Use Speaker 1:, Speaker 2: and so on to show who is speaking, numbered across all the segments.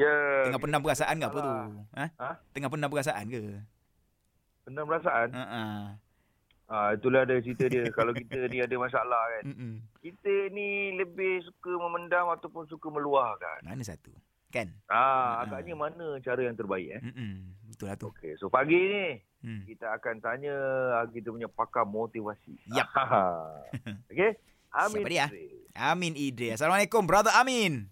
Speaker 1: Ya.
Speaker 2: Tengah pendam perasaan ke apa tu? Ha?
Speaker 1: Ha?
Speaker 2: Tengah pendam perasaan ke?
Speaker 1: Pendam perasaan.
Speaker 2: Ha ah.
Speaker 1: Ah itulah ada cerita dia. Kalau kita ni ada masalah kan.
Speaker 2: Mm-mm.
Speaker 1: Kita ni lebih suka memendam ataupun suka meluahkan.
Speaker 2: Mana satu? Kan?
Speaker 1: Ah
Speaker 2: Ha.
Speaker 1: agaknya mana cara yang terbaik eh?
Speaker 2: Mm-mm. Betul lah tu.
Speaker 1: Okey, so pagi ni
Speaker 2: Hmm.
Speaker 1: kita akan tanya ah, kita punya pakar motivasi.
Speaker 2: Yap. ah.
Speaker 1: Okey. Amin.
Speaker 2: Siapa dia?
Speaker 1: Idris.
Speaker 2: Amin Idris. Assalamualaikum brother Amin.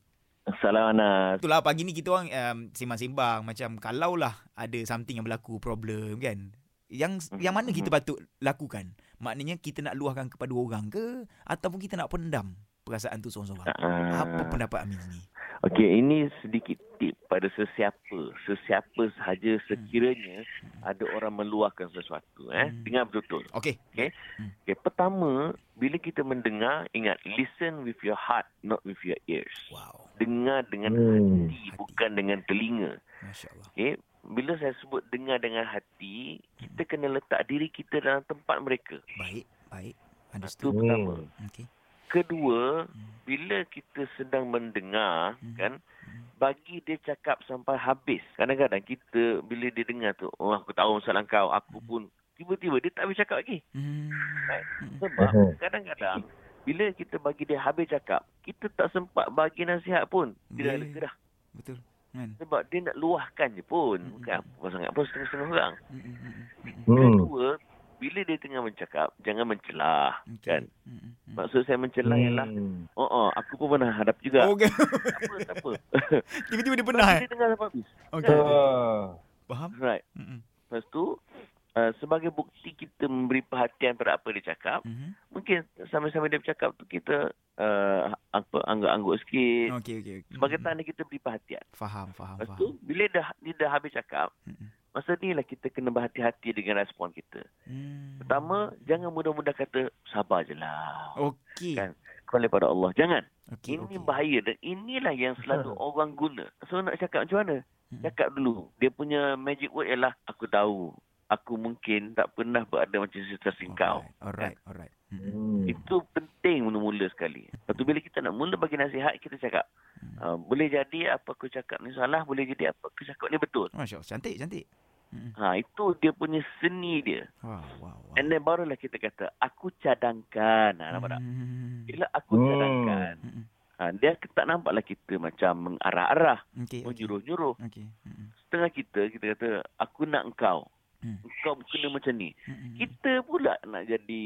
Speaker 3: Salam Anas.
Speaker 2: Itulah pagi ni kita orang um, sembang-sembang macam kalaulah ada something yang berlaku problem kan. Yang
Speaker 3: Mhm,
Speaker 2: yang mana kita
Speaker 3: mhm.
Speaker 2: patut lakukan? Maknanya kita nak luahkan kepada orang ke ataupun kita nak pendam perasaan tu seorang-seorang? Apa
Speaker 3: Ah.
Speaker 2: pendapat Amin ni?
Speaker 3: Okey, ini sedikit tip pada sesiapa. Sesiapa sahaja sekiranya ada orang meluahkan sesuatu. Eh?
Speaker 2: Hmm.
Speaker 3: Dengar betul-betul.
Speaker 2: Okey.
Speaker 3: Okay, pertama, bila kita mendengar, ingat listen with your heart, not with your ears.
Speaker 2: Wow.
Speaker 3: Dengar dengan
Speaker 1: Hmm.
Speaker 3: hati, bukan dengan telinga.
Speaker 2: Masya-Allah.
Speaker 3: Okay, bila saya sebut dengar dengan hati, kita kena letak diri kita dalam tempat mereka.
Speaker 2: Baik, baik.
Speaker 3: Itu
Speaker 1: Hmm.
Speaker 2: Understood.
Speaker 3: pertama.
Speaker 2: Okey.
Speaker 3: Kedua,
Speaker 2: Hmm.
Speaker 3: bila kita sedang mendengar
Speaker 2: Hmm.
Speaker 3: kan bagi dia cakap sampai habis kadang-kadang kita bila dia dengar tu oh aku tahu masalah kau aku pun tiba-tiba dia tak habis cakap lagi
Speaker 2: Hmm.
Speaker 3: Baik.
Speaker 2: Hmm.
Speaker 3: sebab
Speaker 1: Mhm.
Speaker 3: kadang-kadang bila kita bagi dia habis cakap kita tak sempat bagi nasihat pun dia dah
Speaker 2: Boleh.
Speaker 3: lega dah
Speaker 2: Betul. Kan?
Speaker 3: sebab dia nak luahkan je pun
Speaker 2: Mhm.
Speaker 3: bukan apa sangat pun setengah-setengah orang
Speaker 2: Hmm, hmm, hmm, hmm, hmm.
Speaker 1: Hmm.
Speaker 3: kedua bila dia tengah mencakap jangan mencelah
Speaker 2: Okey.
Speaker 3: kan
Speaker 2: Hmm, hmm, hmm. Oh.
Speaker 3: maksud saya mencelah ialah
Speaker 1: Hmm.
Speaker 3: oh, oh aku pun pernah hadap juga
Speaker 2: Okey.
Speaker 3: tak apa tak apa
Speaker 2: kan? Tiba-tiba dia pernah. eh?
Speaker 3: dia dengar sampai habis
Speaker 2: Okey.
Speaker 3: Eh.
Speaker 1: Ah.
Speaker 2: Faham?
Speaker 3: right
Speaker 2: Hmm.
Speaker 3: Lepas tu, uh, sebagai bukti kita memberi perhatian pada apa dia cakap,
Speaker 2: hmm. Mhm.
Speaker 3: mungkin sama-sama dia bercakap tu kita uh, apa angguk-angguk sikit.
Speaker 2: Okey, okey. okey.
Speaker 3: Eh, Sebagai
Speaker 2: Hmm.
Speaker 3: tanda kita beri perhatian.
Speaker 2: Faham, faham,
Speaker 3: Lepas
Speaker 2: faham.
Speaker 3: tu, bila dah, dia dah habis cakap,
Speaker 2: Mm-mm.
Speaker 3: masa ni lah kita kena berhati-hati dengan respon kita.
Speaker 2: Hmm. Oh.
Speaker 3: Pertama, jangan mudah-mudah kata, sabar je lah.
Speaker 2: Okey.
Speaker 3: Kan? Kembali pada Allah. Jangan.
Speaker 2: Okey.
Speaker 3: Ini
Speaker 2: okey. Ha.
Speaker 3: bahaya dan inilah yang selalu orang guna. So, nak cakap macam mana?
Speaker 2: Mm.
Speaker 3: Cakap dulu. Dia punya magic word ialah, aku tahu. Aku mungkin tak pernah berada macam situasi kau. kan?
Speaker 2: Alright, alright. alright. Mm.
Speaker 1: Hmm.
Speaker 3: Itu penting mula-mula sekali. Lepas tu bila kita nak mula bagi nasihat, kita cakap,
Speaker 2: Hmm.
Speaker 3: uh, boleh jadi apa aku cakap ni salah, boleh jadi apa aku cakap ni betul.
Speaker 2: Masya-Allah, cantik, cantik. Mm.
Speaker 3: Ha, itu dia punya seni dia.
Speaker 2: Wow, wow, wow.
Speaker 3: And then barulah kita kata, aku cadangkan. Ha, nampak tak?
Speaker 2: Hmm.
Speaker 3: Bila aku
Speaker 1: Hmm.
Speaker 3: cadangkan,
Speaker 2: Mm-mm.
Speaker 3: ha, dia tak nampaklah kita macam mengarah-arah,
Speaker 2: Ya, Okey. okey.
Speaker 3: menyuruh-nyuruh.
Speaker 2: Okey. Mm-mm.
Speaker 3: Setengah kita, kita kata, aku nak engkau.
Speaker 2: Hmm.
Speaker 3: Engkau kena macam ni.
Speaker 2: Mm-mm.
Speaker 3: Kita pula nak jadi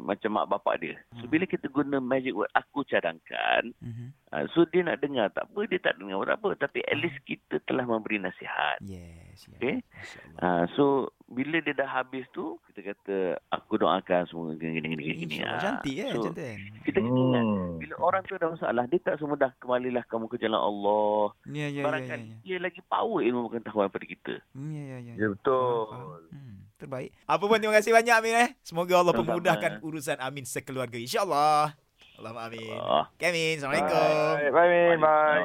Speaker 3: macam mak bapak dia. So,
Speaker 2: Hmm.
Speaker 3: bila kita guna magic word, aku cadangkan,
Speaker 2: Mhm.
Speaker 3: Ha, so dia nak dengar tak apa, dia tak dengar pun tak apa. Tapi at least
Speaker 2: Hmm.
Speaker 3: kita telah memberi nasihat.
Speaker 2: Yes, yes.
Speaker 3: Okey.
Speaker 2: Masya-Allah.
Speaker 3: Ha, so bila dia dah habis tu, kita kata aku doakan semua gini gini gini gini.
Speaker 2: InsyaAllah
Speaker 3: Ha,
Speaker 2: cantik eh,
Speaker 3: so,
Speaker 2: cantik. kan?
Speaker 3: Kita kena ingat,
Speaker 1: Hmm.
Speaker 3: bila orang tu ada masalah, dia tak semudah kembalilah kamu ke jalan Allah.
Speaker 2: Ya, ya, ya, ya.
Speaker 3: Barangkali
Speaker 2: ya.
Speaker 3: dia lagi power ilmu pengetahuan pada kita.
Speaker 2: Hmm, Ya, ya, ya.
Speaker 1: Ya
Speaker 2: Faham,
Speaker 1: betul.
Speaker 2: faham. Hmm, terbaik. Apa pun terima kasih banyak Amin eh. Semoga Allah
Speaker 3: Sama-sama.
Speaker 2: memudahkan urusan Amin sekeluarga. InsyaAllah. Allahumma amin.
Speaker 3: Ah.
Speaker 2: Okay, Amin. Assalamualaikum.
Speaker 1: Bye, bye, bye. bye.